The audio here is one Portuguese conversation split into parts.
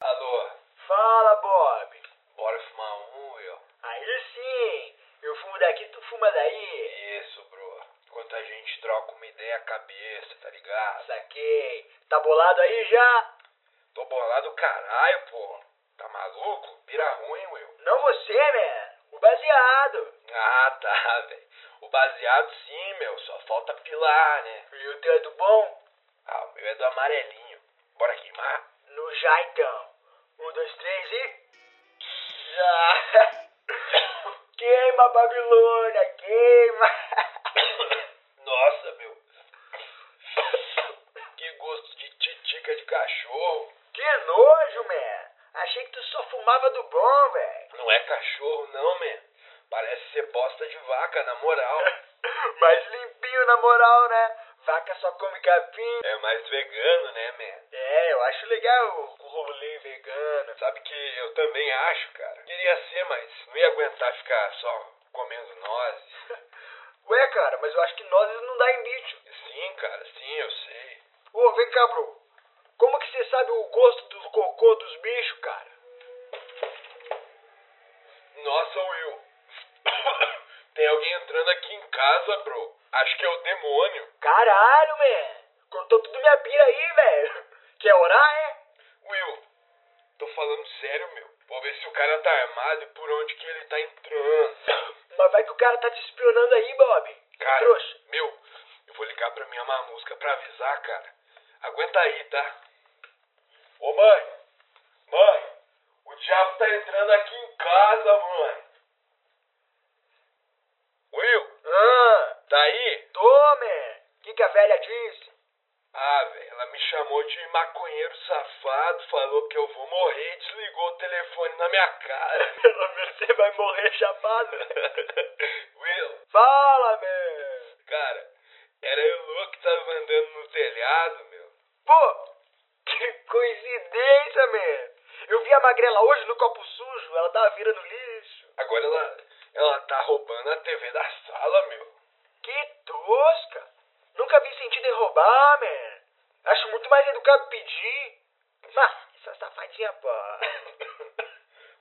um, uma daí? Isso, bro. Enquanto a gente troca uma ideia a cabeça, tá ligado? Saquei. Tá bolado aí já? Tô bolado caralho, pô. Tá maluco? Pira ruim, Will. Não você, né? O baseado. Ah, tá, velho. O baseado sim, meu. Só falta pilar, né? E o teu é do bom? Ah, o meu é do amarelinho. Bora queimar? No já então. Um, dois, três e. Já! Queima, Babilônia! Queima! Nossa, meu. Que gosto de titica de cachorro. Que nojo, man! Achei que tu só fumava do bom, velho. Não é cachorro, não, man. Parece ser bosta de vaca, na moral. Mas limpinho na moral, né? Vaca só come capim. É mais vegano, né, man? É, eu acho legal o o rolê vegano. Sabe que eu também acho, cara. Queria ser, mas não ia aguentar ficar só comendo nozes. Ué, cara, mas eu acho que nozes não dá em bicho. Sim, cara, sim, eu sei. Ô, vem cá, bro. Como que você sabe o gosto do cocô dos bichos, cara? Nossa, Will. Tem alguém entrando aqui em casa, bro. Acho que é o demônio. Caralho, man! Contou tudo minha pira aí, velho. Quer orar, é? Will, tô falando sério, meu. Vou ver se o cara tá armado e por onde que ele tá entrando. Mas vai que o cara tá te espionando aí, Bob. Cara, Trouxa. meu, eu vou ligar pra minha mamusca pra avisar, cara. Aguenta aí, tá? Ô, mãe! Mãe! O diabo tá entrando aqui em casa, mãe! Will, Ah, tá aí? tô, man. O que, que a velha disse? Ah, velho, ela me chamou de maconheiro safado, falou que eu vou morrer e desligou o telefone na minha cara. Pelo menos você vai morrer chapado. Will, Fala, man. cara, era eu que tava andando no telhado, meu. Pô, que coincidência, man. Eu vi a magrela hoje no copo sujo. Ela tava virando lixo. Agora ela, ela tá roubando a TV da sala, meu. Que tosca! Nunca vi sentido em roubar, man. Acho muito mais educado pedir. Mas, essa safadinha, pô.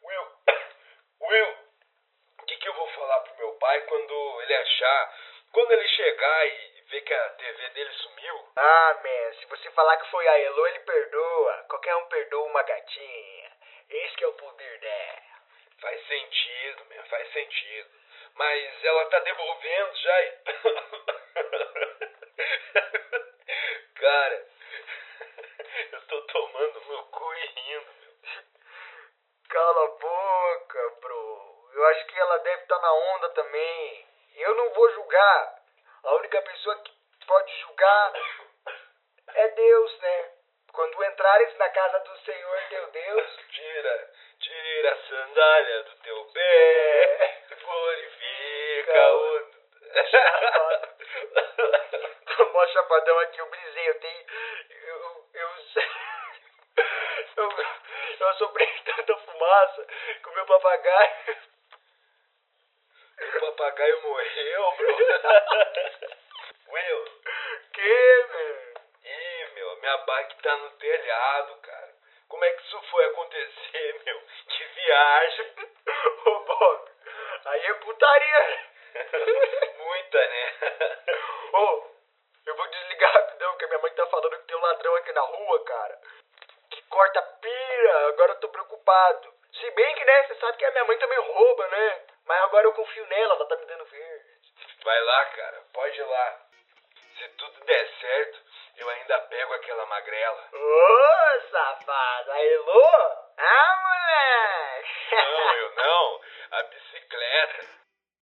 Will, Will, o que, que eu vou falar pro meu pai quando ele achar, quando ele chegar e ver que a TV dele sumiu? Ah, man, se você falar que foi a Elo, ele perdoa. Qualquer um perdoa uma gatinha. Esse que é o poder dela. Faz sentido, meu, faz sentido. Mas ela tá devolvendo já. e- Cara, eu tô tomando no cu e rindo, meu. Cala a boca, bro. Eu acho que ela deve estar na onda também. Eu não vou julgar. A única pessoa que pode julgar é Deus, né? Quando entrares na casa do Senhor teu Deus, Tira, tira a sandália do teu pé, glorifica o. Mó chapadão aqui, eu brisei, eu tenho. Eu. Eu. Eu, eu sobrei tanta fumaça com meu papagaio. o papagaio morreu, bro. Will, Que, velho? ih, meu, minha bike tá no telhado, cara. Como é que isso foi acontecer, meu? Que viagem. Ô, Bob, aí é putaria. né? Muita, né? Ô, eu vou desligar rapidão, porque minha mãe tá falando que tem um ladrão aqui na rua, cara. Que corta pira, agora eu tô preocupado. Se bem que, né, você sabe que a minha mãe também rouba, né? Mas agora eu confio nela, ela tá me dando verde. Vai lá, cara, pode ir lá. Se tudo der certo, eu ainda pego aquela magrela. Ô, safado, aí, Lô? Ah, moleque! Não, eu não. A bicicleta.